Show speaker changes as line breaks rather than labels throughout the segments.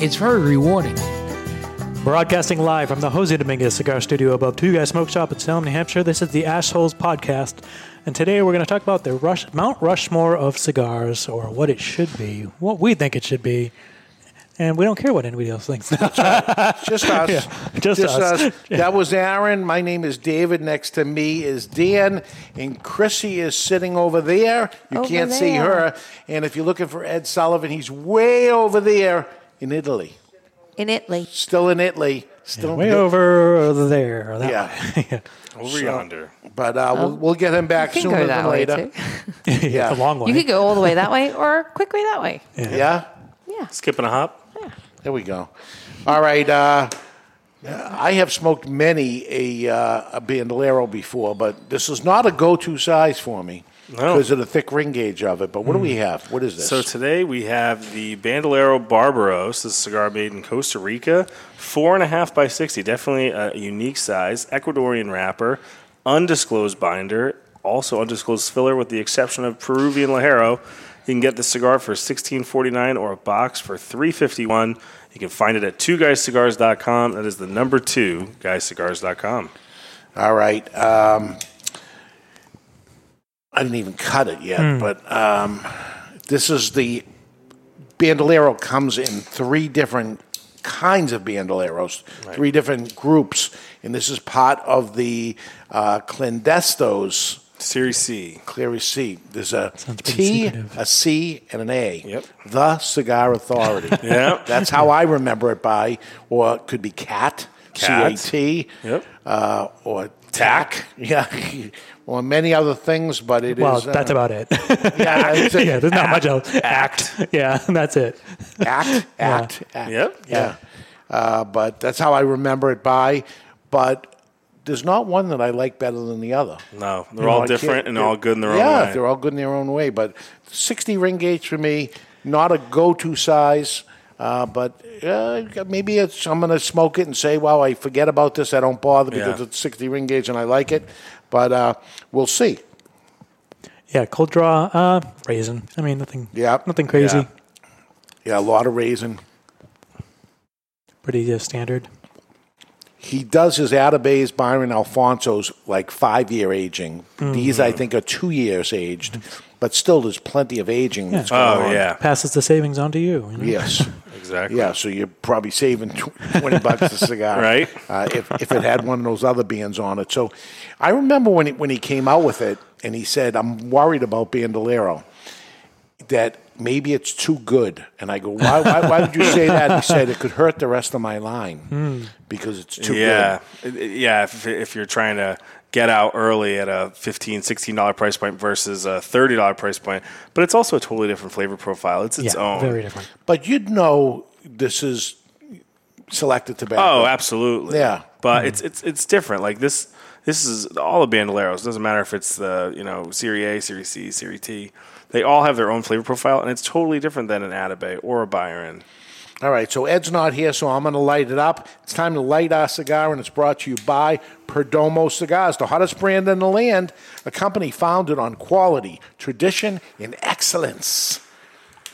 It's very rewarding.
Broadcasting live from the Jose Dominguez Cigar Studio above Two Guys Smoke Shop in Salem, New Hampshire. This is the Assholes Podcast, and today we're going to talk about the Rush, Mount Rushmore of cigars, or what it should be, what we think it should be, and we don't care what anybody else thinks.
Just us.
just us.
That was Aaron. My name is David. Next to me is Dan. And Chrissy is sitting over there. You
Over
can't see
there.
her. And if you're looking for Ed Sullivan, he's way over there in Italy.
in Italy.
Still in Italy. Still
Way over there. or that
Yeah.
way. yeah.
Over yonder. But uh, we'll, we'll get him back
Oh. You can
sooner
go
than
that way
later.
too.
It's a long way.
You could go all the way that way or quick way that way.
Yeah.
Skipping a hop.
There we go. All right. Uh, I have smoked many a, uh, a bandolero before, but this is not a go-to size for me
No. Hmm.
because of the thick ring gauge of it. But what do we have? What is this?
So today we have the Bandolero Barbaros, this cigar made in Costa Rica, four and a half by sixty, definitely a unique size. Ecuadorian wrapper, undisclosed binder, also undisclosed filler, with the exception of Peruvian lajero. You can get the cigar for sixteen forty nine or a box for three fifty one. You can find it at two guyscigars.com. That is the number two guyscigars.com.
All right. Um, I didn't even cut it yet,
Hmm.
but um, this is the bandolero comes in three different kinds of bandoleros, three different groups, and this is part of the uh, Clandestos.
Series C.
Cleary C. There's a
pretty
T,
secretive.
a C, and an A.
Yep.
The Cigar Authority.
Yeah.
That's how I remember it by, or it could be CAT, C A
Cat.
T,
Yep.
uh, or TAC, yeah, or many other things, but it is.
well,
uh,
that's about it.
yeah, it's a-
yeah, there's not much else.
Act.
Yeah, that's it.
act, act, act.
Yep.
Yeah. Uh, but that's how I remember it by. But there's not one that I like better than the other.
No, they're all
I can't-
different and
they're-
all good in their own
yeah,
way.
they're all good in their own way. But 60 ring gauge for me, not a go to size. Uh, but uh, maybe it's, I'm going to smoke it and say, wow, I forget about this. I don't bother because
Yeah.
it's 60 ring gauge and I like it. But uh, we'll see.
Yeah, cold draw, uh, raisin. I mean, nothing.
Yeah.
nothing crazy.
Yeah.
Yeah, a lot of raisin.
Pretty uh, standard.
He does his Atabays, Byron Alfonso's like five year aging.
Mm-hmm.
These, I think, are two years aged, but still there's plenty of aging that's going
Oh
on.
yeah,
Passes the savings on to you. you know?
Yes.
exactly.
Yeah, so you're probably saving tw- 20 bucks a cigar.
Right.
Uh, if, if it had one of those other bands on it. So I remember when he, when he came out with it and he said, I'm worried about Bandolero, that maybe it's too good. And I go, why, why, why would you say that? He said, it could hurt the rest of my line because it's too
Hmm. yeah It- it- yeah if, if you're trying to get out early at a 15 16 dollar price point versus a 30 dollar price point but it's also a totally different flavor profile it's its
yeah,
own
very different.
good. But you'd know this is selected tobacco.
oh absolutely
Yeah.
but
Mm-hmm.
it's it's it's different like this this is all the bandoleros doesn't matter if it's the you know series a series c series t they all have their own flavor profile and it's totally different than an Atabay or a byron
All right, so Ed's not here, so I'm going to light it up. It's time to light our cigar, and it's brought to you by Perdomo Cigars, the hottest brand in the land, a company founded on quality, tradition, and excellence.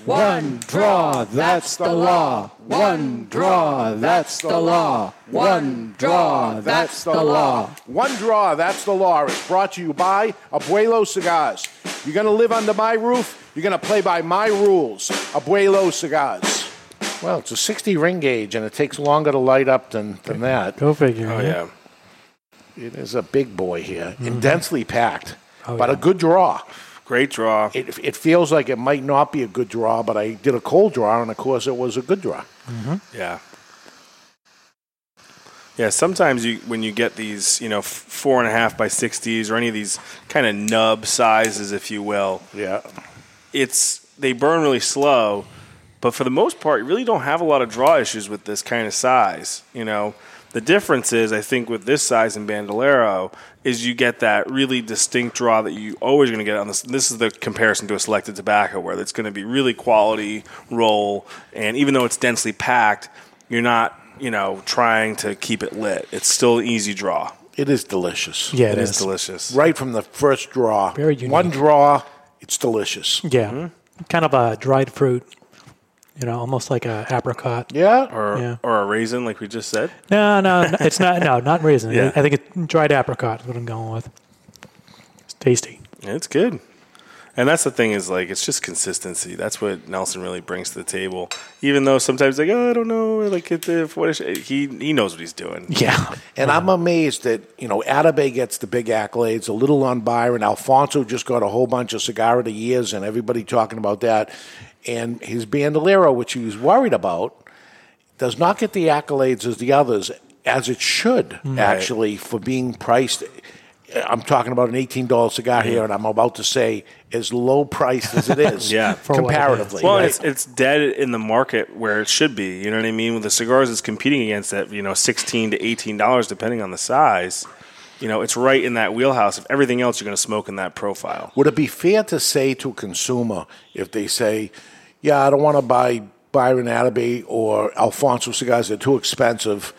One draw, that's the law. One draw, that's the law. One draw, that's the law.
One draw, that's the law. It's brought to you by Abuelo Cigars. You're going to live under my roof, you're going to play by my rules. Abuelo Cigars. Well, it's a 60 ring gauge, and it takes longer to light up than, than that.
Go figure.
oh
right?
yeah
Mm-hmm.
Mm-hmm.
It is a big boy here, and densely packed,
Oh,
but a
yeah.
good draw.
great draw
It, it feels like it might not be a good draw, but I did a cold draw, and of course it was a good draw.
Mm-hmm.
Yeah. Yeah. Sometimes you, when you get these, you know, f- four and a half by sixties or any of these kind of nub sizes, if you will,
Yeah,
it's they burn really slow, But for the most part, you really don't have a lot of draw issues with this kind of size. You know, the difference is, I think, with this size in Bandolero is you get that really distinct draw that you always going to get on this. This is the comparison to a selected tobacco, where it's going to be really quality roll, and even though it's densely packed, you're not, you know, trying to keep it lit. It's still an easy draw.
It is delicious.
Yeah,
it is. delicious.
Right from the first draw.
Very unique.
One draw, it's delicious.
Yeah, kind of a dried fruit. You know, almost like a apricot.
Yeah.
Or,
Yeah.
or a raisin, like we just said.
No, no, n- it's not. No, not raisin.
Yeah.
I think it's dried apricot is what I'm going with. It's tasty.
It's good. And that's the thing is like it's just consistency. That's what Nelson really brings to the table. Even though sometimes like oh, I don't know like it, if what is he he knows what he's doing.
Yeah,
And I'm amazed that, you know, Atabey gets the big accolades, a little on Byron. Alfonso just got a whole bunch of Cigar of the Years and everybody talking about that. And his Bandolero, which he was worried about, does not get the accolades as the others, as it should,
Mm.
actually, for being priced. I'm talking about an $18 cigar here, and I'm about to say as low priced as it is,
Yeah.
what it is.
comparatively.
Well,
right?
it's it's dead in the market where it should be. You know what I mean? With the cigars, it's competing against that you know sixteen to eighteen dollars depending on the size. You know, it's right in that wheelhouse of everything else you're going to smoke in that profile.
Would it be fair to say to a consumer if they say, "Yeah, I don't want to buy Byron Attaby or Alfonso cigars; they're too expensive,"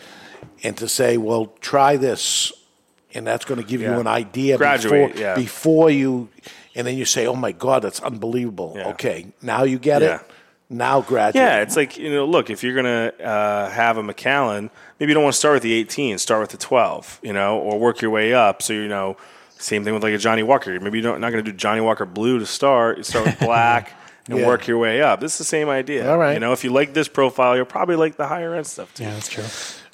and to say, "Well, try this," and that's going to give
Yeah.
you an idea
Graduate,
before
yeah.
before you, and then you say, "Oh my God, that's unbelievable!"
Yeah.
Okay, now you get
Yeah.
it. Now graduate.
Yeah, it's like you know, look, if you're gonna uh, have a McAllen, maybe you don't want to start with the 18, start with the 12, you know, or work your way up. So you know, same thing with like a Johnny Walker. Maybe you're not not gonna do Johnny Walker Blue to start. You start with black and
Yeah.
work your way up. This is the same idea.
All right.
you know, if you like this profile, you'll probably like the higher end stuff too.
yeah, that's true.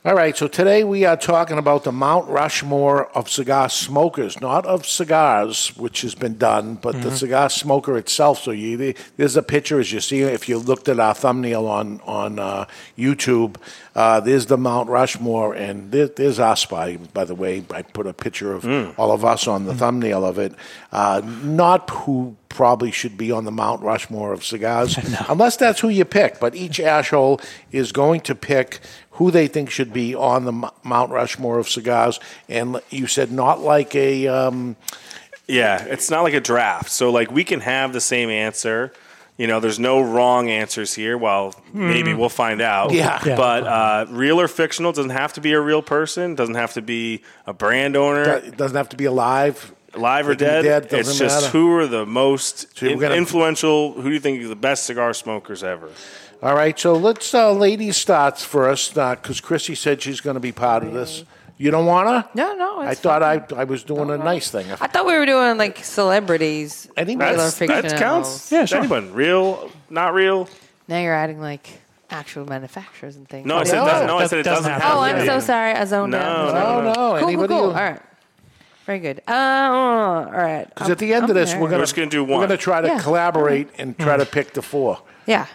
All right, so today we are talking about the Mount Rushmore of cigar smokers, not of cigars, which has been done, but
Mm-hmm.
the cigar smoker itself. So you, there's a picture as you see if you looked at our thumbnail on on uh, YouTube. Uh, there's the Mount Rushmore, and there, there's our spy. By the way, I put a picture of all of us on the thumbnail of it. Uh, not who probably should be on the Mount Rushmore of cigars, unless that's who you pick. But each ashole is going to pick who they think should be on the M- Mount Rushmore of cigars. And l- you said not like a um,
Yeah, it's not like a draft. So like we can have the same answer. You know, there's no wrong answers here. Well, maybe we'll find out.
Hmm. Yeah.
Yeah.
But uh, real or fictional doesn't have to be a real person. Doesn't have to be a brand owner,
it doesn't have to be alive.
live or
They can
dead.
be dead, doesn't
it's just
matter.
who are the most
So we're
in-
gonna-
influential. Who do you think are the best cigar smokers ever?
All right, so let's uh, ladies starts first because Chrissy said she's going to be part of this. You don't wanna?
No, no,
I
it's
thought I, I was doing a nice thing.
I thought we were doing like celebrities.
Anybody-
regular
That's, that
fictionals.
counts.
Yeah, sure.
Anyone real, not real?
Now you're adding like actual manufacturers and things.
No, I said
No.
doesn't. No, I
That
said it
doesn't
doesn't
happen.
have
Oh,
to
I'm
be.
so sorry. I zoned
No,
out.
no,
Oh no!
Cool, cool,
Anybody?
cool.
Because
All right. Very good. Uh, all right.
at the end of this, we're gonna
just gonna do
We're
one. Hmm.
gonna try to
Yeah.
collaborate and try to pick the four.
Yeah.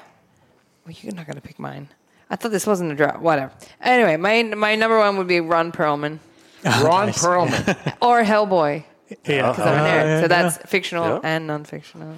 Well, you're not going to pick mine. I thought this wasn't a draw. Whatever. Anyway, my my number one would be Ron Perlman
Ron Perlman,
or Hellboy.
Oh, Yeah, Uh,
Because I'm a nerd.
yeah,
so that's fictional
Yeah.
and non fictional.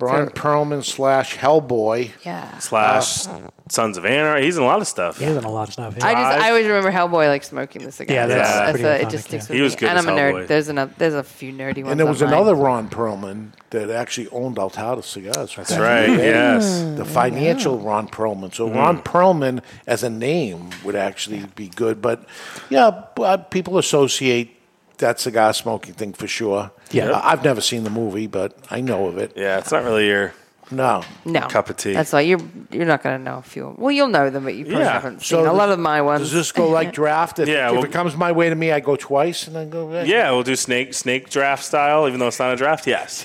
Ron
So-
Perlman slash Hellboy. Uh,
Yeah.
Slash Sons of Anarchy. He's in a lot of stuff.
yeah. He has done a lot of stuff.
I
Yeah.
just I always remember Hellboy like smoking the cigar.
Yeah, that's
That's
pretty
the- it
iconic,
just sticks
yeah.
with
He was
me.
good
And
as
I'm a
Hellboy.
nerd. There's another. There's a few nerdy ones.
And there was
online.
another Ron Perlman that actually owned Altata cigars. That's
right, yes. Mm-hmm.
The financial Ron Perlman. So Ron Perlman as a name would actually be good, but yeah, b- uh, people associate that cigar smoking thing for sure.
Yeah.
Uh, I've never seen the movie, but I know of it.
Yeah, it's not really your.
No.
no
cup of tea.
That's why you're you're not gonna know if you. Well, you'll know them, but you probably
Yeah.
haven't
So
seen a lot
does-
of my ones.
Does this go like draft? If,
Yeah,
if
well-
it comes my way to me, I go twice and then go. eh.
Yeah, we'll do snake snake draft style, even though it's not a draft. Yes,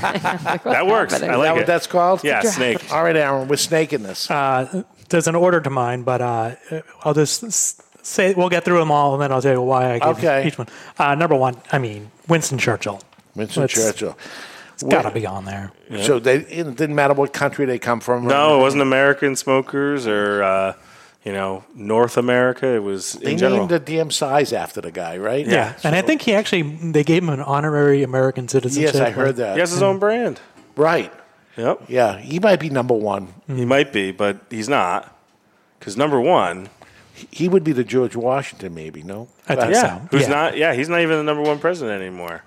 that works. I
happening?
Is
like
that what
it.
that's called?
yeah, snake.
All right, Aaron, we're snaking this.
Uh, there's an order to mine, but uh, I'll just s- say we'll get through them all, and then I'll tell you why I gave
Okay.
each one. Uh, number one, I mean Winston Churchill.
Winston
Let's-
Churchill.
It's gotta be on there.
So they, it didn't matter what country they come from.
No, it wasn't American smokers or uh, you know North America. It was
They
in general.
named the damn size after the guy, right?
Yeah, and I think he actually they gave him an honorary American citizenship. Mm-hmm.
Yes, I heard
like-
that.
he has his own brand.
Right.
Yep.
Yeah, he might be number one.
He might be, but he's not. Because number one,
He would be the George Washington, maybe. No,
I think
Uh,
yeah,
so.
who's
yeah.
not? Yeah, he's not even the number one president anymore.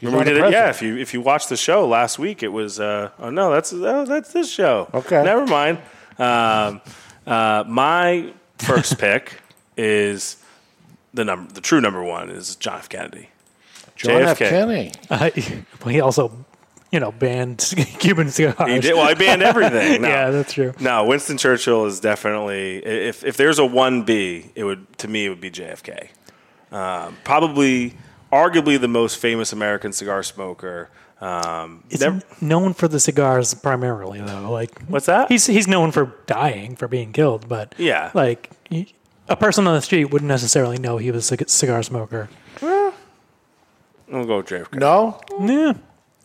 Remember
not
we
a
did it? Yeah,
president.
if you if you watched the show last week, it was uh, oh no, that's oh, that's this show.
Okay.
never mind. Um, uh, my first pick is the number the true number one is John F. Kennedy.
John F.
JFK.
Kennedy.
Uh, he also, you know, banned Cuban cigars.
He did, well, I banned everything. No.
Yeah, that's true.
No, Winston Churchill is definitely if if there's a one B, it would to me it would be JFK. Um, probably, arguably the most famous American cigar smoker. Um,
He's
never-
known for the cigars primarily, though. Like,
What's that?
He's he's known for dying, for being killed, but
Yeah.
like he- a person on the street wouldn't necessarily know he was a cig- cigar smoker.
I'll go with JFK.
No,
Yeah,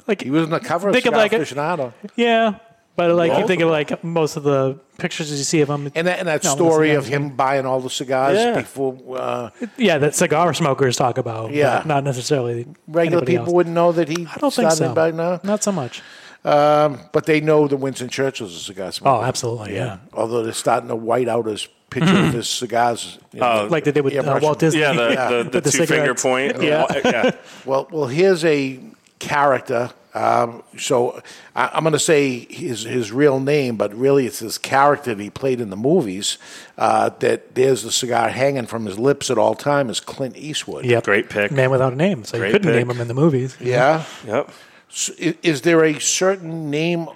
like
he was on the cover
Think
of Cigar
of like a-
Aficionado.
yeah, but like you think of like most of the pictures you see of him,
And that, and that
No, it's
story
not
of him buying all the cigars
Yeah.
before uh,
yeah, that cigar smokers talk about.
Yeah.
but not necessarily
regular
anybody
people
else.
wouldn't know that he
I don't think
started
so.
by now. Um,
Not so much.
But they know that Winston Churchill's a cigar
Oh,
smoker.
absolutely. Yeah. Hmm.
Although they're starting to white out his picture of his cigars. you know.
Like they did with
Yeah,
uh, Walt
Russian.
Disney.
Oh, Yeah, the, the, the,
With the
two finger
cigarettes.
point.
Yeah.
yeah.
well, well, here's a character. Um, so I, I'm going to say his his real name, but really it's his character that he played in the movies. Uh, that there's the cigar hanging from his lips at all time is Clint Eastwood.
Yep.
Great pick.
Man without a name. So
Great
you couldn't
pick.
name him in the movies.
Yeah.
Yep.
So i- is there a certain name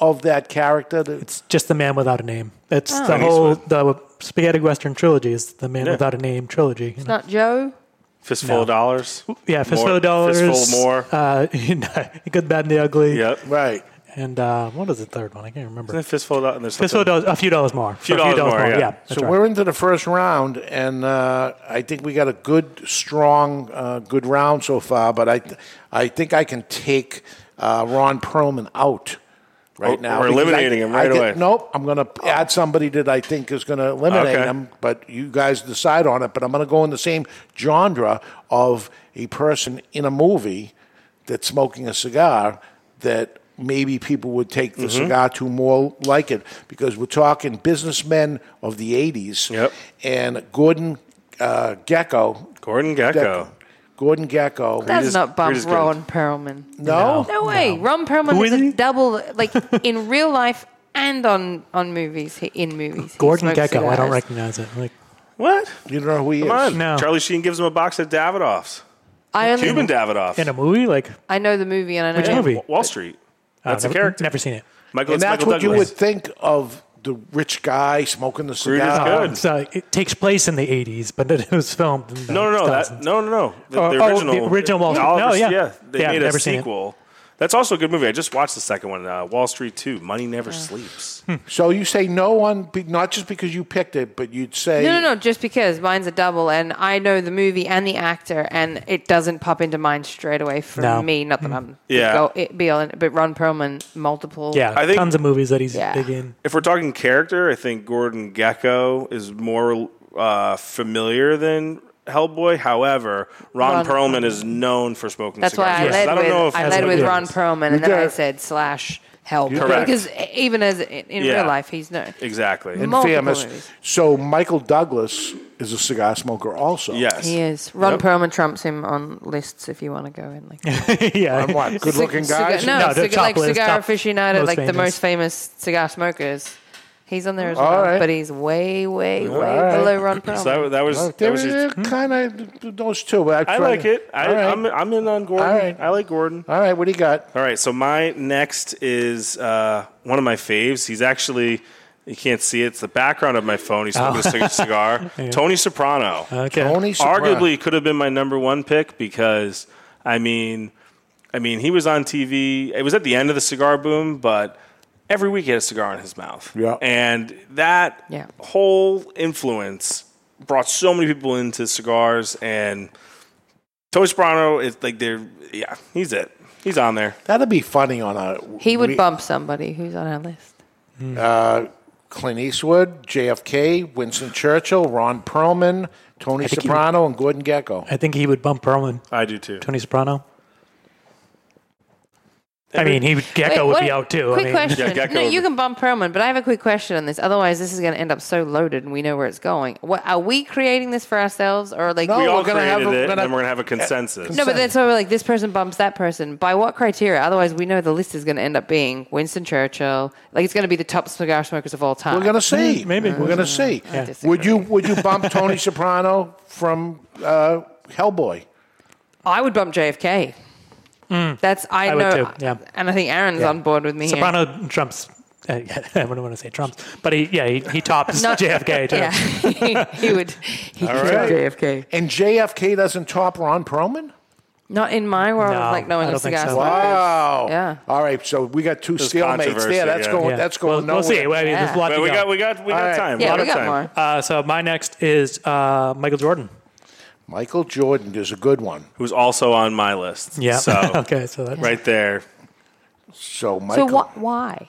of that character? That,
It's just the man without a name. It's the
Clint
whole
Eastwood.
the spaghetti western trilogy is the man without a name trilogy. you know?
Not Joe.
Fistful of dollars.
Yeah, fistful
More-
of dollars.
Fistful of more.
Uh, good, bad, and the ugly.
yep.
right.
And uh, what is the third one? I can't remember.
Isn't it fistful of dollars.
fistful of dollars. A few dollars more. A
Few dollars more, yeah.
that's
so
right.
we're into the first round, and uh, I think we got a good, strong, uh, good round so far. But I, I think I can take uh, Ron Perlman out right
Oh,
now.
we're
because I-
eliminating him right
I
away.
Nope, I'm going to add somebody that I think is going to eliminate
Okay.
him. But you guys decide on it. But I'm going to go in the same genre of a person in a movie that's smoking a cigar that maybe people would take the
Mm-hmm.
cigar to more like it because we're talking businessmen of the 80s
Yep.
and Gordon uh, Gecko.
Gordon Gecko.
Gordon Gecko.
That's
is-
not
greed
Bum
is good.
Ron Perelman.
no?
No way. Ron Perelman
Who
is,
is he?
a double, like in real life and on on movies. he- In movies, He
Gordon
smokes
Gecko. I don't
cigars.
recognize it. Like
What?
You don't know who he
Come
is.
on.
No.
Charlie Sheen gives him a box of Davidoffs.
I only,
Cuban Davidoffs.
in a movie, like
I know the movie and I know
Which
him.
movie?
Wa- Wall Street.
I've
That's a
never-
character.
Never seen it.
Michael,
And
it's
that's
Michael
what you would
Douglas.
think of the rich guy smoking the
Greed is
cigar.
good.
Um, so it takes place in the '80s, but it was filmed. In the
No, no, no.
2000s.
That, no, no, no. The, the
Oh, oh, the
original.
original Wall Street.
Oliver's-
No, yeah.
They
Yeah, I've
made a
never seen it.
sequel. That's also a good movie. I just watched the second one, uh, Wall Street 2. Money Never Sleeps.
So you say no on be- not just because you picked it, but you'd say
No, no, no. Just because mine's a double, and I know the movie and the actor, and it doesn't pop into mind straight away for
No. Mm.
me. Not that I'm
Yeah.
go, it be on, but Ron Perlman multiple.
Yeah,
I think-
tons of movies that he's
Yeah.
big in.
If we're talking character, I think Gordon Gecko is more uh, familiar than Hellboy. However,
Ron
Ron, Perlman is known for smoking
that's why
cigars.
I led
don't know
with
if
I
that's
led
what
with
it
Ron
is.
Perlman, and then I
got-
said slash help
Correct.
because even as in
Yeah.
real life he's no.
Exactly.
And- multiple
famous.
movies.
So Michael Douglas is a cigar smoker also.
yes.
He is. Ron
Yep.
Perlman trumps him on lists if you want to go in like
yeah,
I'm what? Good looking
Cigar-
guys?
No,
No, the
cigar,
top
like
list,
cigar
top
aficionado,
most
like the
famous.
most famous cigar smokers. He's on there as
All
well,
right.
but he's way, way, way
right.
below Ron Perlman.
So that, that was, that
They're,
was just,
hmm?
kind of those two. But
I
try
like
to-
it. I,
All right.
I'm, I'm in on Gordon.
All right.
I like Gordon.
All right, what do you got?
All right, so my next is uh, one of my faves. He's actually you can't see it. It's the background of my phone. He's smoking a cig- cigar. Tony Soprano.
okay.
Tony Soprano.
Arguably could have been my number one pick because I mean, I mean he was on TV. It was at the end of the cigar boom, but every week he had a cigar in his mouth.
Yeah.
and that
Yeah.
whole influence brought so many people into cigars and Tony Soprano is like they're yeah he's it. He's on there.
That'd be funny on a
he would
we-
bump somebody who's on our list.
Hmm.
uh, Clint Eastwood, JFK, Winston Churchill, Ron Perlman, Tony
think he
Soprano, and Gordon Gecko.
I think he would bump Perlman,
I do too.
Tony Soprano. I mean, he Gecko would
what-
be out too.
Quick
I mean,
question.
Yeah, Gecko
no,
would
you
be-
can bump Perlman, but I have a quick question on this. Otherwise, this is going to end up so loaded, and we know where it's going. What are we creating this for ourselves, or like?
No.
we
we're
all
gonna
created
have
it,
a-
and
gonna-
then we're gonna have a consensus.
No, but that's why we're like this person bumps that person. By what criteria? Otherwise, we know the list is going to end up being Winston Churchill. Like it's going to be the top cigar smokers of all time.
We're gonna see.
Mm, Hmm, maybe.
we're gonna see.
Uh, disagree.
Would you would you bump Tony Soprano from uh, Hellboy?
I would bump JFK. That's I,
Mm. I would
know,
too, yeah.
and I think Aaron's on board with me. here.
Soprano trumps. Uh, yeah, I wouldn't want to say trumps, but he, yeah, he, he tops
Not-
JFK too.
Yeah, he would. He could
right.
JFK.
And JFK doesn't top Ron Perlman.
Not in my world,
No,
like knowing
I
a
don't think
cigar
so.
smoker.
Wow.
Yeah.
All right. So we got two
There's
stalemates
controversy,
there. That's
yeah.
going.
Yeah.
That's going
We'll, we'll
nowhere.
see. I mean, there's a lot
But
to
we
go.
got we got we got
All right.
time.
Yeah,
lot
we
of
got
time.
more.
Uh, so my next is uh, Michael Jordan.
Michael Jordan is a good one.
Who's also on my list?
Yeah.
So
okay. So that,
right there,
So
So
Michael.
wh- why?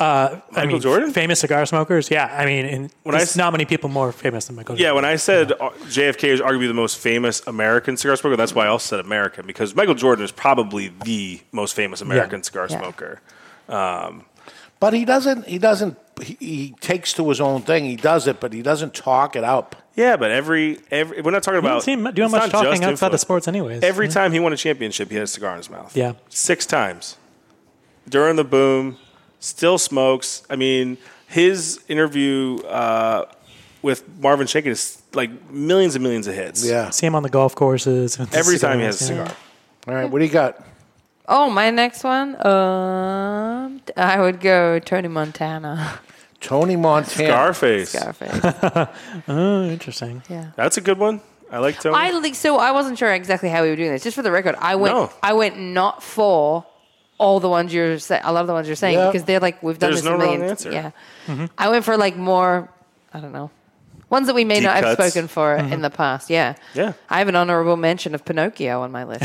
uh, I mean,
Jordan?
famous cigar smokers. Yeah. I mean, and
When I
there's
s-
not many people more famous than Michael.
Yeah,
Jordan.
when I said uh JFK is arguably the most famous American cigar smoker, that's why I also said American because Michael Jordan is probably the most famous American cigar
Yeah.
smoker. Uh,
But he doesn't. He doesn't. He, he takes to his own thing. He does it, but he doesn't talk it up.
Yeah, but every every we're not talking
You
about
don't see him doing
it's
much
not just
talking outside of
influence.
sports, anyways.
Every time he won a championship, he had a cigar in his mouth.
Yeah.
six times during the boom. Still smokes. I mean, his interview uh, with Marvin Shakin is like millions and millions of hits.
Yeah.
see him on the golf courses. with the
every time he
cigars,
has a
yeah.
cigar.
All right. What do you got?
Oh, my next one. Um, I would go Tony Montana.
Tony Montana.
Scarface.
Scarface.
Oh, interesting.
Yeah.
That's a good one. I like Tony.
I like so I wasn't sure exactly how we were doing this. Just for the record, I went
No.
I went not for all the ones you're saying. I love the ones you're saying
Yeah.
because they're like we've done
There's
this
no
a million.
wrong answer. Mm-hmm.
Yeah. I went for like more I don't know. Ones that we may
Deep
not have
cuts. Mm-hmm.
spoken for in the past. Yeah.
Yeah.
I have an honorable mention of Pinocchio on my list.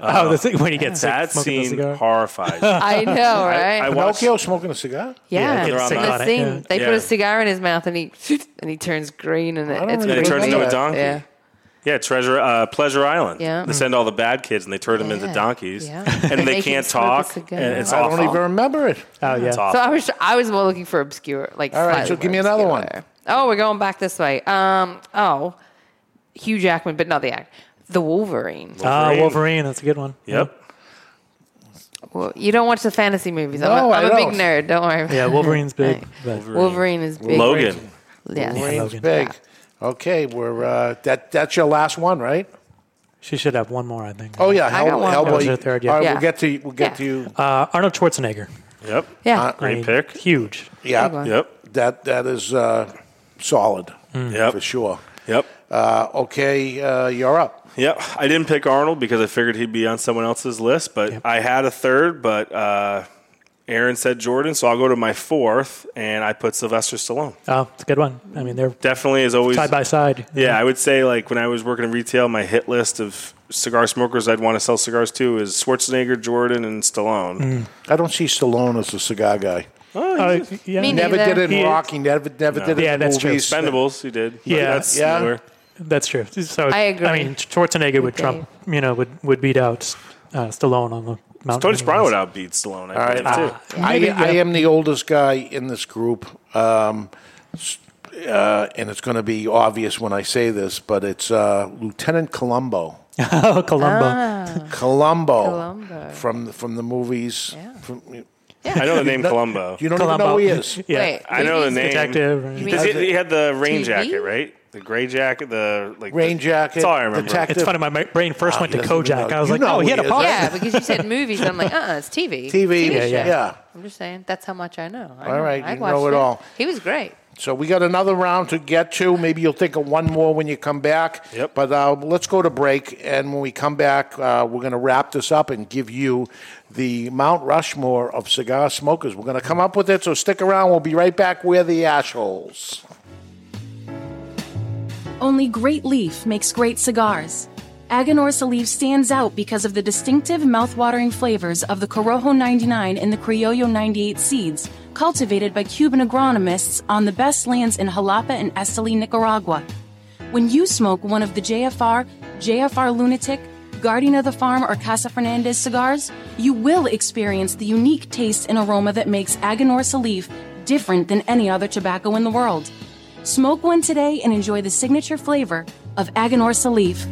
Oh, the thing when he gets sick,
Uh, That
smoking the
scene
cigar.
horrifies. me.
I know, right?
I watched.
Pinocchio smoking a cigar.
yeah.
they're
The
on
scene-
that.
the scene.
Yeah.
They put
Yeah.
a cigar in his mouth and he and he turns green and it,
don't
it's
really
It
pretty
turns into
neat.
a donkey.
Yeah.
Yeah, Treasure uh, Pleasure Island.
Yeah.
They send all the bad kids and they turn them into
Yeah.
donkeys.
Yeah.
And they
They can
can't
smoke a
talk.
cigar.
And it's
I
awful.
don't even remember it.
Oh, yeah.
It's awful.
So I was I was more looking for obscure, like.
All right,
slightly
so give
more
me another one.
obscure. Oh, we're going back this way. Um, oh, Hugh Jackman, but not the act. The Wolverine.
Ah,
Wolverine.
Wolverine. That's a good one.
Yep.
Well, you don't watch the fantasy movies. I'm,
No,
a,
I
I'm a big
don't.
nerd. Don't worry. about
Yeah,
it.
Wolverine's big.
Right.
But
Wolverine is big.
Logan.
Yes.
Brain's
Logan.
big. Okay, we're uh, that. That's your last one, right?
she should have one more, I think.
Oh yeah,
I got one more.
Hellboy.
That
was your third, yeah.
All right,
Yeah.
we'll get to we'll get
Yeah.
to you.
Uh, Arnold Schwarzenegger.
Yep.
Yeah.
Uh,
I
Great
mean,
pick.
Huge.
Big
Yeah,
one.
Yep.
that that is uh, solid
Mm.
Yep.
for sure.
Yep.
Uh, okay, uh, you're up.
Yep. I didn't pick Arnold because I figured he'd be on someone else's list, but I had a third, but uh, Aaron said Jordan, so I'll go to my fourth, and I put Sylvester Stallone.
Oh, it's a good one. I mean, they're
Definitely is always
side by side.
Yeah, I would say like when I was working in retail, my hit list of cigar smokers I'd want to sell cigars to is Schwarzenegger, Jordan, and Stallone.
Mm.
I don't see Stallone as a cigar guy.
Oh, yeah.
Me
Never
neither.
did it in
He-
Rocky. Never never did it
Yeah,
in
that's true.
movies.
Expendables, he did. but
Yeah,
that's
yeah.
newer.
That's true. So
I agree.
I mean, Schwarzenegger would trump. You know, would would beat out uh, Stallone on the mountain.
Tony Soprano would
anyways.
outbeat Stallone. I
All right,
believe, too.
I,
Maybe,
I
yeah.
am the oldest guy in this group, um, s- uh, and it's going to be obvious when I say this, but it's uh, Lieutenant Columbo. Ah.
oh, Columbo.
Ah.
Columbo,
Columbo.
from the, from the movies. From, you
I know the name Columbo.
don't even
Columbo.
know who he is.
yeah.
Wait,
I know the
movies?
name.
Detective, right? You
mean-
Does He, he had the rain
TV?
jacket, right? The gray jacket, the like
Rain
the-
jacket,
That's all I remember. Ah,
detective.
It's funny. My ma- brain first
Oh,
went
he
to
doesn't even
Kojak.
know.
I was
You
like,
know who
oh, he had
he
a
is.
part.
Yeah, because you said movies. I'm like, uh, uh it's TV.
TV.
show.
yeah.
I'm just saying that's how much I know. I
All
know.
right,
I
you know
watched
it all.
He was great.
So we got another round to get to. Maybe you'll think of one more when you come back.
Yep.
But uh, let's go to break, and when we come back, uh, we're going to wrap this up and give you the Mount Rushmore of cigar smokers. We're going to come up with it, so stick around. We'll be right back. We're the assholes.
Only Great Leaf makes great cigars. Aganorsa Leaf stands out because of the distinctive mouthwatering flavors of the Corojo 99 and the Criollo 98 seeds, cultivated by Cuban agronomists on the best lands in Jalapa and Esteli, Nicaragua. When you smoke one of the JFR, JFR Lunatic, Guardian of the Farm or Casa Fernandez cigars, you will experience the unique taste and aroma that makes Aganor Salif different than any other tobacco in the world. Smoke one today and enjoy the signature flavor of Aganor Salif.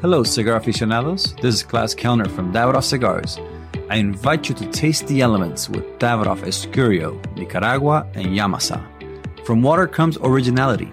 Hello, cigar aficionados. This is Klaus Kellner from Davidoff Cigars. I invite you to taste the elements with Davidoff Escurio, Nicaragua, and Yamasa. From water comes originality.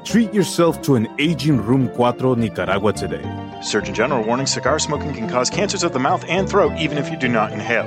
Treat yourself to an aging Room 4 Nicaragua today.
Surgeon General warning cigar smoking can cause cancers of the mouth and throat even if you do not inhale.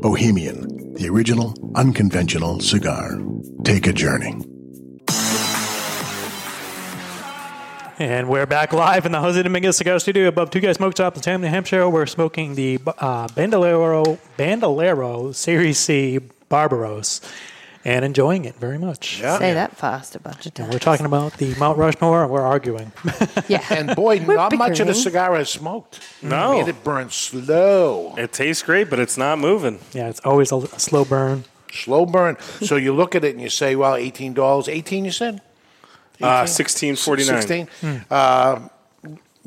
Bohemian, the original unconventional cigar. Take a journey.
And we're back live in the Jose Dominguez Cigar Studio above Two Guys Smoke Shop in Tam, New Hampshire. We're smoking the uh, Bandolero, Bandolero Series C Barbaros and enjoying it very much.
Say that fast a bunch of times.
We're talking about the Mount Rushmore and we're arguing.
Yeah.
And boy,
We're
not much of the
bickering.
cigar is smoked.
No.
I mean, it burns slow,
It tastes great, but it's not moving.
yeah, it's always a, l- a slow burn.
slow burn. so you look at it and you say, well, $18, 18 you said?
Uh, sixteen forty nine.
16 Uh,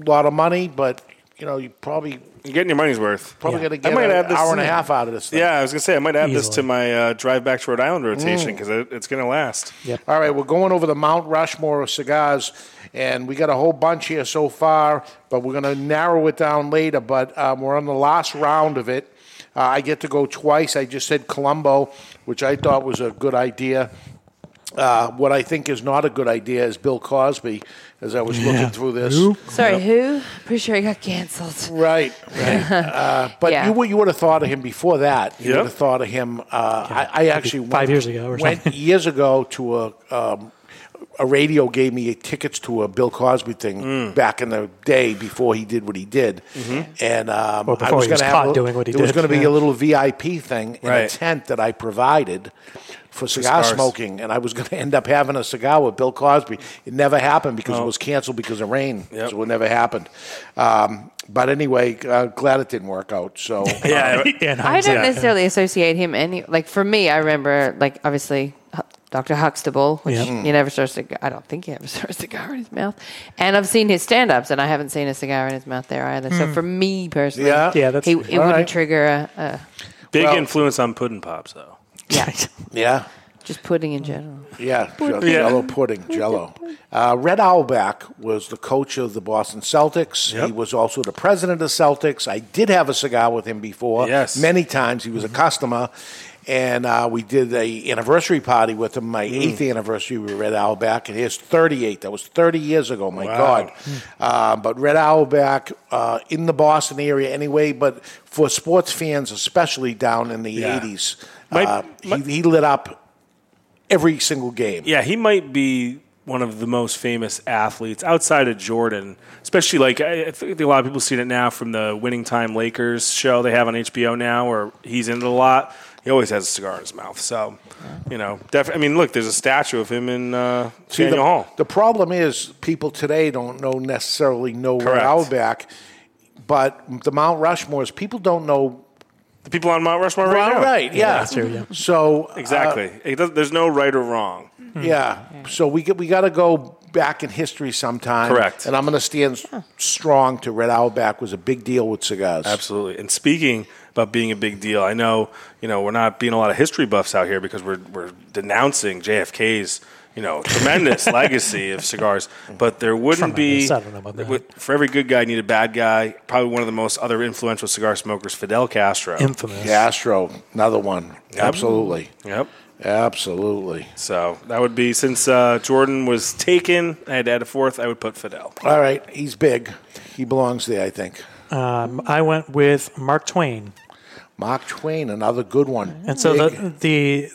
lot of money, but, you know, you probably
You're getting your money's worth.
probably
Yeah.
got to get
I might
an
add this
hour and a
in.
half out of this thing.
Yeah, I was gonna say I might add this
Easily.
to my uh, drive back to Rhode Island rotation
Mm.
because it, it's gonna last.
All right, we're going over the Mount Rushmore of cigars, and we got a whole bunch here so far, but we're going to narrow it down later. But um, we're on the last round of it. Uh, I get to go twice. I just said Colombo, which I thought was a good idea. Uh, what I think is not a good idea is Bill Cosby, as I was looking through this.
Sorry, who? Pretty sure he got canceled.
Right, right. uh, but
Yeah.
you would you would have thought of him before that. You
Yep.
would have thought of him. Uh, I, I actually
five
went-
years ago or
went years ago to a um, a radio gave me tickets to a Bill Cosby thing back in the day before he did what he did,
Mhm.
and um,
Or
I
before
was
he
going
was
to have
caught
a little-
doing what he
there was
did,
going to be a
yeah.
little VIP thing in a
Right.
tent that I provided for cigar
cigars.
smoking, and I was going to end up having a cigar with Bill Cosby. It never happened because
Oh.
it was canceled because of rain, so it never happened. Um, but anyway, uh, glad it didn't work out. So um,
I don't necessarily associate him any. Like for me, I remember like obviously Hu- Dr. Huxtable, which
Yeah.
you never saw a cigar. I don't think you ever saw a cigar in his mouth. And I've seen his stand-ups, and I haven't seen a cigar in his mouth there either. So
Hmm.
for me personally,
Yeah. Yeah, that's-
he, it
all
wouldn't
right.
trigger a, a
Big
Well-
influence on Puddin' Pops, though.
Yeah.
just pudding in general.
Yeah,
Pudding.
yeah. Jello pudding, Jello. Uh, Red Auerbach was the coach of the Boston Celtics. He was also the president of Celtics. I did have a cigar with him before. Yes, Mm-hmm. many times he was a customer, and uh, we did a anniversary party with him. My eighth anniversary with Red Auerbach, and here's 38. That was 30 years ago. My
Wow.
God. Uh, but Red Auerbach uh, in the Boston area anyway, but for sports fans, especially down in the
Yeah.
80s,
My-
uh, he, he lit up every single game.
Yeah, he might be one of the most famous athletes outside of Jordan, especially like I I think a lot of people seen it now from the Winning Time Lakers show they have on HBO now, where he's in it a lot. He always has a cigar in his mouth, so you know. Def- I mean, look, there's a statue of him in uh,
See,
Faneuil
the,
Hall.
the problem is people today don't know necessarily know Red
Correct.
Auerbach, but the Mount Rushmores people don't know
the people on Mount Rushmore right now.
Right, yeah,
Yeah, that's true, yeah.
So uh,
Exactly. It does, there's no right or wrong.
yeah.
Hmm.
So we get, we got to go back in history sometime.
Correct.
And I'm going to stand s- strong to Red Auerbach was a big deal with cigars.
Absolutely. And speaking about being a big deal, I know you know we're not being a lot of history buffs out here because we're we're denouncing JFK's you know tremendous legacy of cigars, but there wouldn't be
Tremendous. I don't know about that.
with- for every good guy you need a bad guy. Probably one of the most other influential cigar smokers, Fidel Castro.
Infamous.
Castro, another one.
Yep.
Absolutely.
Yep.
Absolutely.
So that would be since uh, Jordan was taken, I had to add a fourth. I would put Fidel.
All right, he's big. He belongs there, I think.
Um, I went with Mark Twain.
Mark Twain, another good one.
And so
Big.
the, the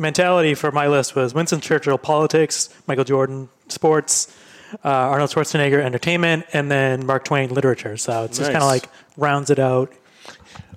mentality for my list was Winston Churchill, politics, Michael Jordan, sports, uh, Arnold Schwarzenegger, entertainment, and then Mark Twain, literature. So it's just
Nice.
kind of like rounds it out.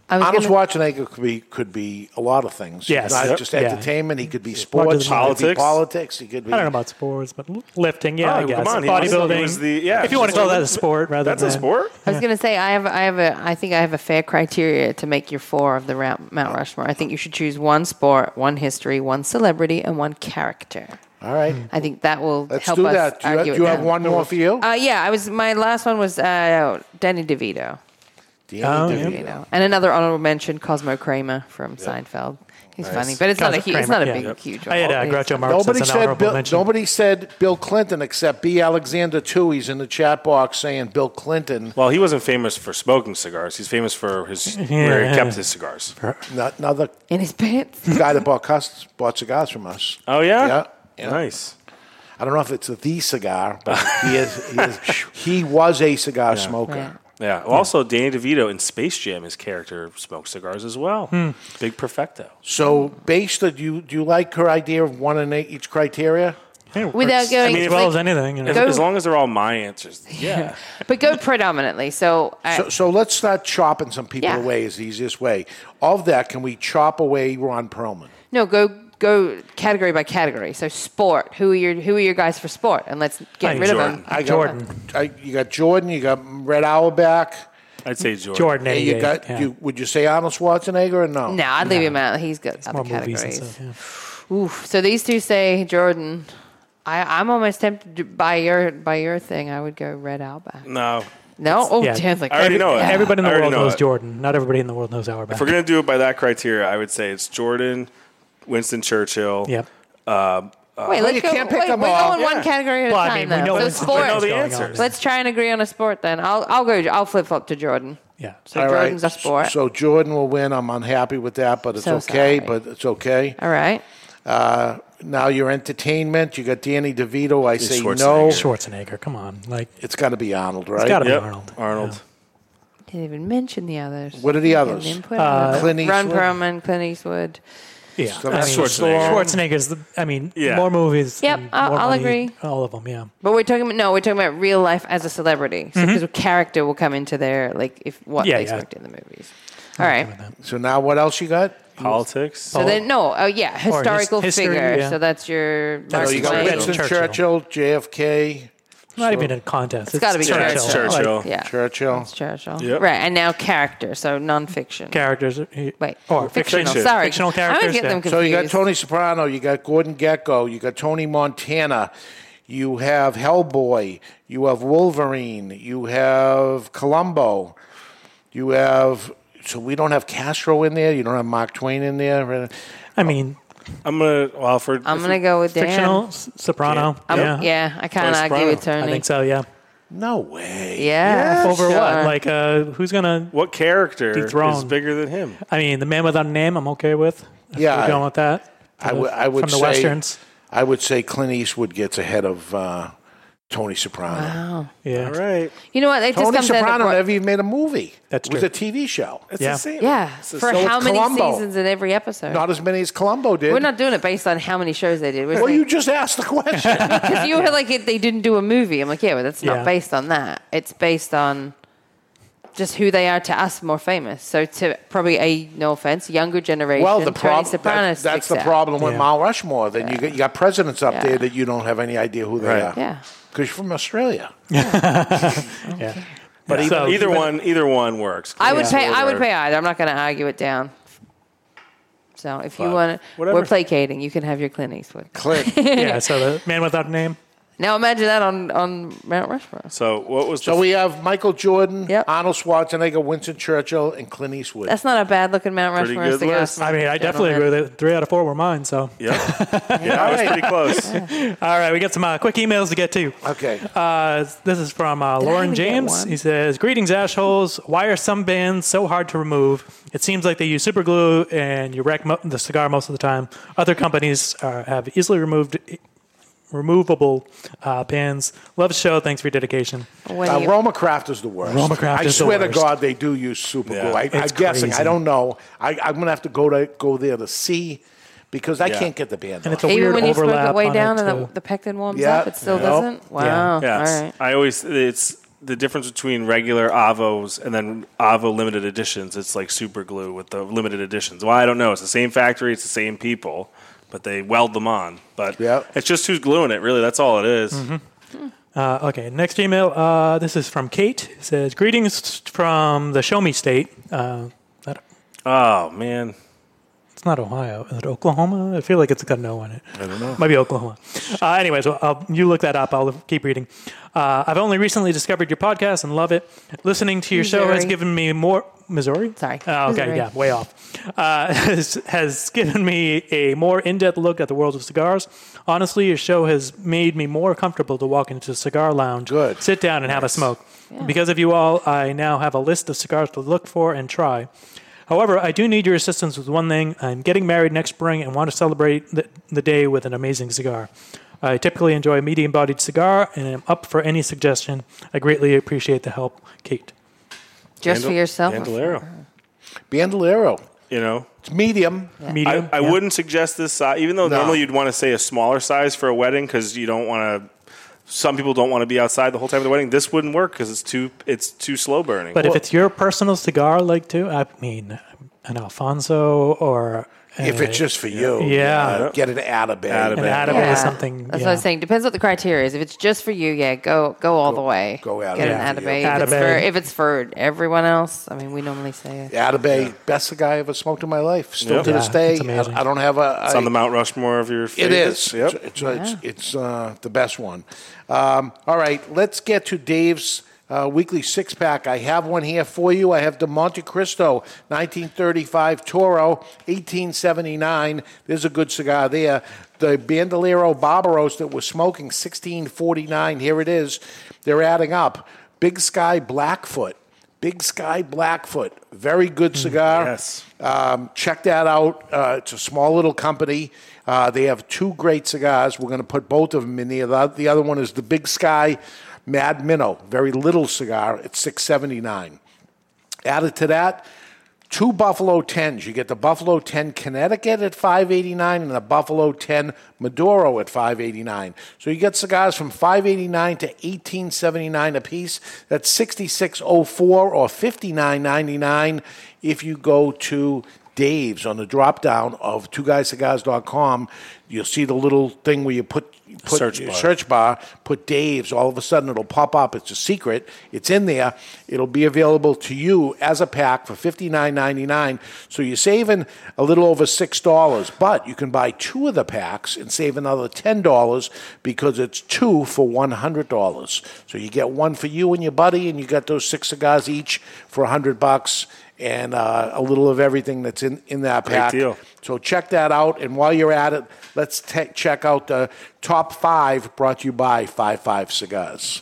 Arnold Schwarzenegger could be could be a lot of things.
Yes.
not
Yep.
just
Yeah.
entertainment. He could be
Plugged
sports, He
into
could be
politics.
politics. He could
I
be.
don't know about sports, but l- lifting, yeah,
Oh,
I
come
guess.
on, he was- he
Bodybuilding.
was the- yeah,
if you want to
he's a
call that a
little-
sport rather
that's a
than.
sport?
I was going to say I have I have a I think I have a fair criteria to make your four of the round, Mount Rushmore. I think you should choose one sport, one history, one celebrity, and one character.
All right.
I think that will
Let's
help
do
us
that. Do you, have,
argue
do
it
you have
down.
one more for you?
Uh, yeah, I was. My last one was uh, Danny DeVito,
Danny
Oh, yeah.
DeVito.
and another honorable mention, Cosmo Kramer from Seinfeld. He's
Nice.
funny, but it's not a
Cosmo
huge. It's not a
Kramer,
big,
yeah.
huge.
I had,
one.
uh,
It's-
Groucho Marx
Nobody
as an
said
honorable
Bill,
mention.
nobody said Bill Clinton except B. Alexander too. He's in the chat box saying Bill Clinton.
Well, he wasn't famous for smoking cigars. He's famous for his where he kept his cigars.
Not, another
in his pants.
guy that bought cus- bought cigars from us.
Oh yeah?
yeah, yeah.
Nice.
I don't know if it's the cigar, but he is. He, is, he was a cigar smoker.
Yeah. Well, Also, Danny DeVito in Space Jam, his character smokes cigars as well.
Hmm.
Big perfecto.
So, based on, do you do you like her idea of one and eight each criteria?
Without going
if
as well
they-
as anything, you know.
as,
Go-
as long as they're all my answers. Yeah.
but go predominantly. So, uh,
So, so let's start chopping some people
Yeah.
away is the easiest way. Of that, can we chop away Ron Perlman?
no, go go category by category. So sport. Who are your who are your guys for sport? And let's get rid of them.
I got, I, you got Jordan. You got Red Auerbach.
I'd say Jordan.
Jordan,
And you
88,
got.
yeah.
You, would you say Arnold Schwarzenegger or no?
No, I'd leave him out. He's got
more
other
movies and
categories. Oof. So these two say Jordan. I, I'm almost tempted to, by your by your thing. I would go Red Outback.
No.
No. Oh, Dan's like
I already know it.
Everybody in
I
the
already
world
know
knows
it.
Jordan. Not everybody in the world knows Auerbach.
If we're gonna do it by that criteria, I would say it's Jordan, Winston Churchill.
Yep.
Uh, uh,
Wait, let's
you
go.
can't pick
wait,
them
we're
all.
going one
Yeah.
category at
Well,
a
I
time.
mean, we
then.
know
so
what's- we know
sport.
the What's going on answers.
Let's try and agree on a sport then. I'll I'll go. I'll flip flop to Jordan.
Yeah.
So Jordan's a sport.
So Jordan will win. I'm unhappy with that, but it's
So
okay. But it's okay.
All right.
Uh, now your entertainment. You got Danny DeVito. I say
Schwarzenegger.
no.
Schwarzenegger. Come on, like
it's got to be Arnold, right?
gotta be Yep. Arnold.
Arnold.
Didn't even mention the others.
What are the
Didn't
others?
even put
Uh,
them.
Clint
Ron
Eastwood?
Perlman, Clint Eastwood.
Yeah,
So
I mean,
that's Stallone.
Schwarzenegger's. The, I mean, more movies.
Yep,
and
I'll-
more
I'll
money,
agree.
All of them. Yeah.
But we're talking about no, we're talking about real life as a celebrity. So
Mm-hmm.
Mhm.
because character will come into their like if what
Yeah,
they
yeah.
expect in the movies. All right.
So now what else you got?
Politics.
So then no, oh yeah, historical figure. So that's your Mark
Oh, you got
Twain.
Winston Churchill, JFK.
Not
So-
even a contest.
It's gotta be Churchill. Churchill. Like- yeah.
Churchill.
It's Churchill. Oh. Right, and now character, so nonfiction.
Characters.
Wait.
Or
fictional. Sorry. I'm gonna get them confused.
So you got Tony Soprano, you got Gordon Gecko, you got Tony Montana, you have Hellboy, you have Wolverine, you have Columbo, you have. So we don't have Castro in there. You don't have Mark Twain in there.
I mean,
I'm gonna well for
I'm gonna go with Dan.
Fictional S- Soprano.
I'm-
yeah.
yeah, I kinda Tony argue Soprano. with Tony.
I think so. Yeah.
No way.
Yeah, sure.
Over what? Like, uh, who's gonna?
What character
dethrone?
is bigger than him?
I mean, the man without a name. I'm okay with. If
Yeah,
We're going with that.
I would. I would
from the
say.
westerns.
I would say Clint Eastwood gets ahead of uh, Tony Soprano.
Wow.
Yeah.
All right.
You know what? It just
Tony
comes down to
Soprano
bro-
never even made a movie.
That's
It was
true.
a TV show.
It's
Yeah.
Yeah.
So-
for
so it's
how many
Columbo.
seasons in every episode?
Not as many as Columbo did.
We're not doing it based on how many shows they did. We're
well,
saying-
you just asked the question.
Because you were like, it- they didn't do a movie. I'm like, yeah, but that's not
Yeah.
based on that. It's based on just who they are to us, more famous. So to probably a no offense, younger generation.
well, the
Tony
problem
Soprano
that's
sticks
the
out.
problem with Mount Rushmore. Then you got you got presidents up
Yeah.
there that you don't have any idea who they
Right.
are.
Yeah.
because you're from Australia.
yeah.
But
Yeah.
either,
So-
either one, either one works.
I would
Yeah.
pay. I would
Or-
pay either. I'm not going to argue it down. So if you
But
want, to,
whatever.
we're placating. You can have your Clint Eastwood.
Clint.
yeah. So the man without a name.
Now imagine that on on Mount Rushmore.
So what was?
So we have Michael Jordan, Arnold Schwarzenegger, Winston Churchill, and Clint Eastwood.
That's not a bad looking Mount
Pretty
Rushmore.
good
cigar
list.
smoking
I mean,
I
gentleman.
definitely agree with it. Three out of four were mine. So.
Yeah. yeah, I was pretty close.
All right, we got some uh, quick emails to get to.
Okay.
Uh, this is from uh,
I
Lauren
even get
James.
one?
He says, "Greetings, assholes. Why are some bands so hard to remove? It seems like they use super glue and you wreck mo- the cigar most of the time. Other companies uh, have easily removed." Removable uh, bands. Love the show. Thanks for your dedication.
Uh, Roma Craft is the worst.
Roma Craft
I
is the
swear to
worst.
God, they do use super glue. I, I'm
It's
guessing.
crazy.
I don't know. I, I'm going to have to go to go there to see because I
Yeah.
can't get the band.
And
on.
it's a
Even
weird
when you smoke it
overlap
way
on it,
down and
too.
the, the pectin warms
Yeah.
up, it still
Nope.
doesn't. Wow.
Yeah.
All right.
I always it's the difference between regular avos and then avo limited editions. It's like super glue with the limited editions. Well, I don't know. It's the same factory. It's the same people, but they weld them on. But it's just who's gluing it. Really, that's all it is.
Mm.
Uh, okay, next email. Uh, this is from Kate. It says, "Greetings from the Show Me State. Uh,
Oh man,
It's not Ohio. Is it Oklahoma? I feel like it's got no in it. I
don't know.
Might be Oklahoma. Uh, anyways, well, I'll, you look that up. I'll keep reading. Uh, I've only recently discovered your podcast and love it. Listening to your show has
Missouri.
given me more. Missouri?
Sorry.
Oh, okay,
Missouri.
yeah, way off. Uh, has, has given me a more in depth look at the world of cigars. Honestly, your show has made me more comfortable to walk into a cigar lounge, Good. sit down, and have a smoke. Because of you all, I now have a list of cigars to look for and try. However, I do need your assistance with one thing. I'm getting married next spring and want to celebrate the, the day with an amazing cigar. I typically enjoy a medium bodied cigar and am up for any suggestion. I greatly appreciate the help, Kate.
Just for
Bandol-
yourself.
Bandolero.
Bandolero.
You know,
it's medium.
Medium,
I, I
yeah.
wouldn't suggest this size, even though
No.
normally you'd want to say a smaller size for a wedding because you don't want to. Some people don't want to be outside the whole time of the wedding. This wouldn't work because it's too it's too slow burning.
But if it's your personal cigar, like too, I mean, an Alfonso or.
If
a-
it's just for you,
Yeah.
uh, get it out of bed.
An Atabey or something.
That's
yeah.
what I was saying. Depends what the criteria is. If it's just for you, yeah, go go all the way. Go
out
Get
of
an
it.
Atabey.
Yeah.
If, it's
Atabey.
for- if it's for everyone else, I mean, we normally say it.
Atabey, best cigar I ever smoked in my life. Still
Yep.
to this
Yeah,
day,
it's amazing.
I, I don't have a.
it's
I-
on the Mount Rushmore of your.
It
favorites.
is. It's, it's, it's, it's, uh, the best one. Um, all right, let's get to Dave's uh, weekly six pack. I have one here for you. I have the Monte Cristo 1935 Toro 1879. There's a good cigar there. The Bandolero Barbaros that was smoking 1649. Here it is. They're adding up. Big Sky Blackfoot. Big Sky Blackfoot, very good cigar. Yes, um, check that out. Uh, it's a small little company. Uh, they have two great cigars. We're going to put both of them in there. The, the other one is the Big Sky Mad Minnow, very little cigar. It's six seventy nine. Added to that, Two Buffalo 10s. You get the Buffalo 10 Connecticut at 589 and the Buffalo 10 Maduro at 589. So you get cigars from 589 to 1879 apiece. That's 6604 or 5999 if you go to Dave's on the drop down of two twoguyscigars.com. You'll see the little thing where you put, you put
Search
your
bar.
search bar, put Dave's. All of a sudden, it'll pop up. It's a secret. It's in there. It'll be available to you as a pack for fifty nine ninety nine. So you're saving a little over six dollars, but you can buy two of the packs and save another ten dollars because it's two for one hundred dollars. So you get one for you and your buddy, and you got those six cigars each for a hundred bucks and uh, a little of everything that's in, in that
Great
pack.
deal.
So check that out. And while you're at it, let's te- check out the top five brought to you by Five Five Cigars.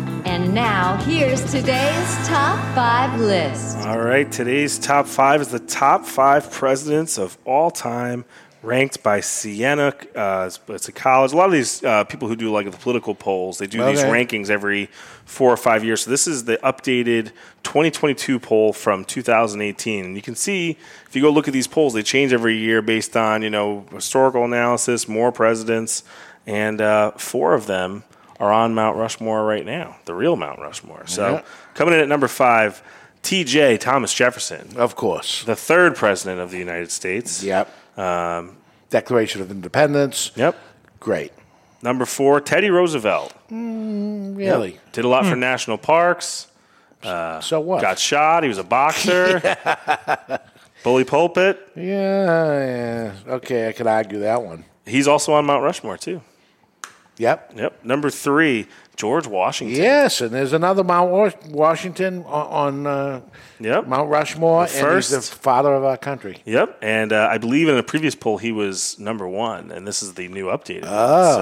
And now, here's today's top five list.
All right, today's top five is the top five presidents of all time, ranked by Siena. Uh, it's- it's a college. A lot of these uh, people who do like the political polls, they do these
Okay.
rankings every four or five years. So this is the updated 2022 poll from 2018, and you can see if you go look at these polls, they change every year based on you know historical analysis, more presidents, and uh, four of them are on Mount Rushmore right now, the real Mount Rushmore. So.
Yeah.
Coming in at number five, T.J. Thomas Jefferson.
Of course.
The third president of the United States.
Yep.
Um,
Declaration of Independence.
Yep.
Great.
Number four, Teddy Roosevelt.
really?
Yep. Did a lot for national parks. Uh,
Hmm. so what?
Got shot. He was a boxer. Bully pulpit.
Yeah, yeah. Okay, I could argue that one.
He's also on Mount Rushmore, too.
Yep.
Yep. Number three, George Washington.
Yes, and there's another Mount Wash- Washington on on, uh, Mount Rushmore,
The
and he's the
first.
father of our country.
Yep, and uh, I believe in a previous poll he was number one, and this is the new updated. one.
Oh.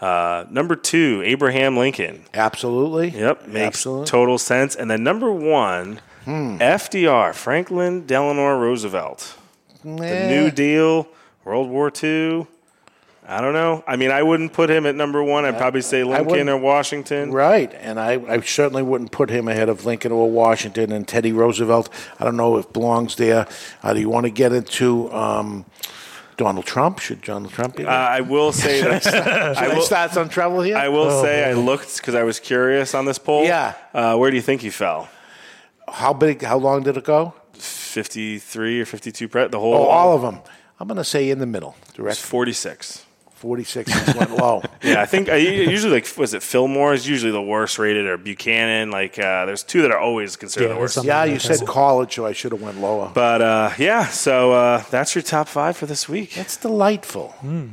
So, uh, number two, Abraham Lincoln.
Absolutely. Hmm.
Yep, makes total sense. And then number one, FDR, Franklin Delano Roosevelt. The New Deal, World War II. I don't know. I mean, I wouldn't put him at number one. I'd probably say Lincoln
wouldn't-
or Washington.
Right, and I, I certainly wouldn't put him ahead of Lincoln or Washington and Teddy Roosevelt. I don't know if belongs there. Uh, do you want to get into um, Donald Trump? Should Donald Trump be?
Uh, I will say that
Should I start some trouble here?
I will
Oh,
say I
man.
looked because I was curious on this poll. Yeah. Uh, where do you think he fell?
How big? How long did it go?
53 or 52 pre- the whole
Oh, all of them. I'm going to say in the middle.
It's 46
Forty-six just went low.
yeah i think i usually like was it fillmore is usually the worst rated or buchanan like uh, there's two that are always considered the worst
Yeah, you said college, so I should have went lower.
but uh, yeah so uh, that's your top five for this week
that's delightful
Hmm.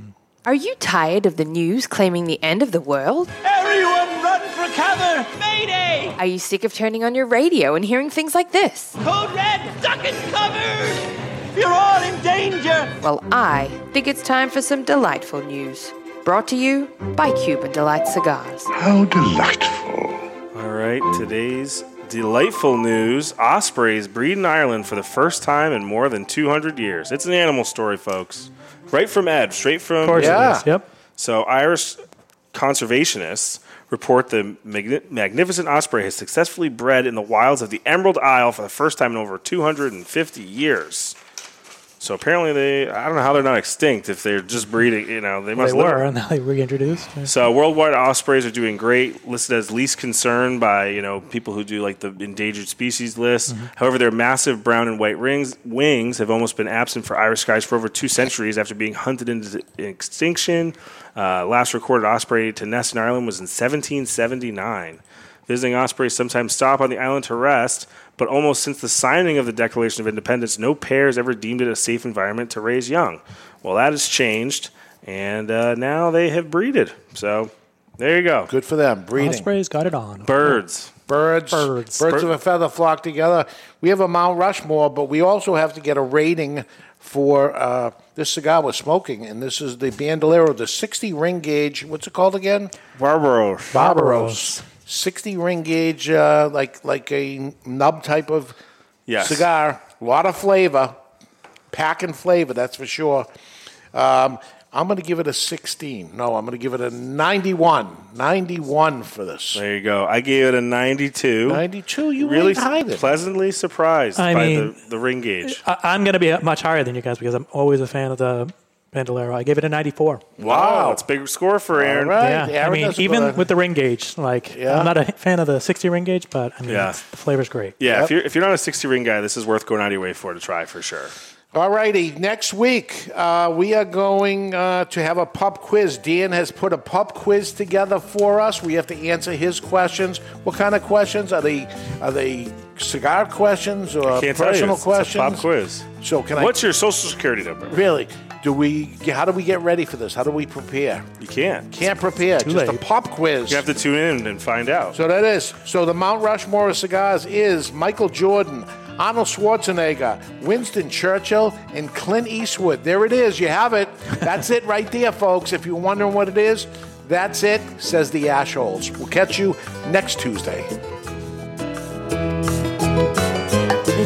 Are you tired of the news claiming the end of the world?
Everyone run for cover! Mayday!
Are you sick of turning on your radio and hearing things like this?
Code red, duck and cover! You're all in danger!
Well, I think it's time for some delightful news. Brought to you by Cuban Delight Cigars.
how delightful all right today's delightful news ospreys breed in ireland for the first time in more than 200 years it's an animal story folks right from ed straight from
Of course it is. Yep.
So Irish conservationists report the magni- magnificent osprey has successfully bred in the wilds of the Emerald Isle for the first time in over 250 years. So apparently they, I don't know how they're not extinct if they're just breeding, you know, they
They
must live-
were, and now they reintroduced. Yeah.
so worldwide ospreys are doing great, listed as least concern by you know people who do like the endangered species list. However, their massive brown and white rings wings have almost been absent for Irish skies for over two centuries after being hunted into extinction. Uh, last recorded osprey to nest in Ireland was in 1779. Visiting ospreys sometimes stop on the island to rest, but almost since the signing of the Declaration of Independence, no pair has ever deemed it a safe environment to raise young. Well, that has changed, and uh, now they have breeded. So there you go.
Good for them. Breeding.
Osprey's got it on.
Birds.
Birds. Birds. Birds of a feather flock together. We have a Mount Rushmore, but we also have to get a rating for uh, this cigar was smoking, and this is the Bandolero, the 60 ring gauge. What's it called again?
Barbaros.
Barbaros. 60 ring gauge, uh, like like a nub type of
Yes.
cigar. A lot of flavor, packing flavor, that's for sure. Um, I'm going to give it a 16. No, I'm going to give it a 91. 91 for this.
There you go. I gave it a 92.
92? You
really
ain't hiding.
pleasantly surprised
I
by
mean-
the, the ring gauge.
I, I'm going to be much higher than you guys because I'm always a fan of the Bandolero. I gave it a 94.
Wow, it's a big score for Aaron.
uh, Yeah, I mean, even with the ring gauge, like
Yeah.
I'm not a fan of the 60 ring gauge, but I mean,
Yeah.
it's- the flavor's great.
yeah, if you're if you're not a 60 ring guy, this is worth going out of your way for to try for sure.
All righty. Next week, uh, we are going uh, to have a pub quiz. Dan has put a pub quiz together for us. We have to answer his questions. What kind of questions are they? Are they cigar questions or
I can't tell you.
personal
It's- it's a
questions?
pop quiz.
So can I-
What's your social security number?
Really? Do we? How do we get ready for this? How do we prepare?
You can't.
Can't prepare.
Too
Just
late.
a pop quiz.
You have to tune in and find out.
So that is. So the Mount Rushmore of cigars is Michael Jordan, Arnold Schwarzenegger, Winston Churchill, and Clint Eastwood. There it is. You have it. That's it right there, folks. If you're wondering what it is, that's it, says the Ashholes. We'll catch you next Tuesday.
The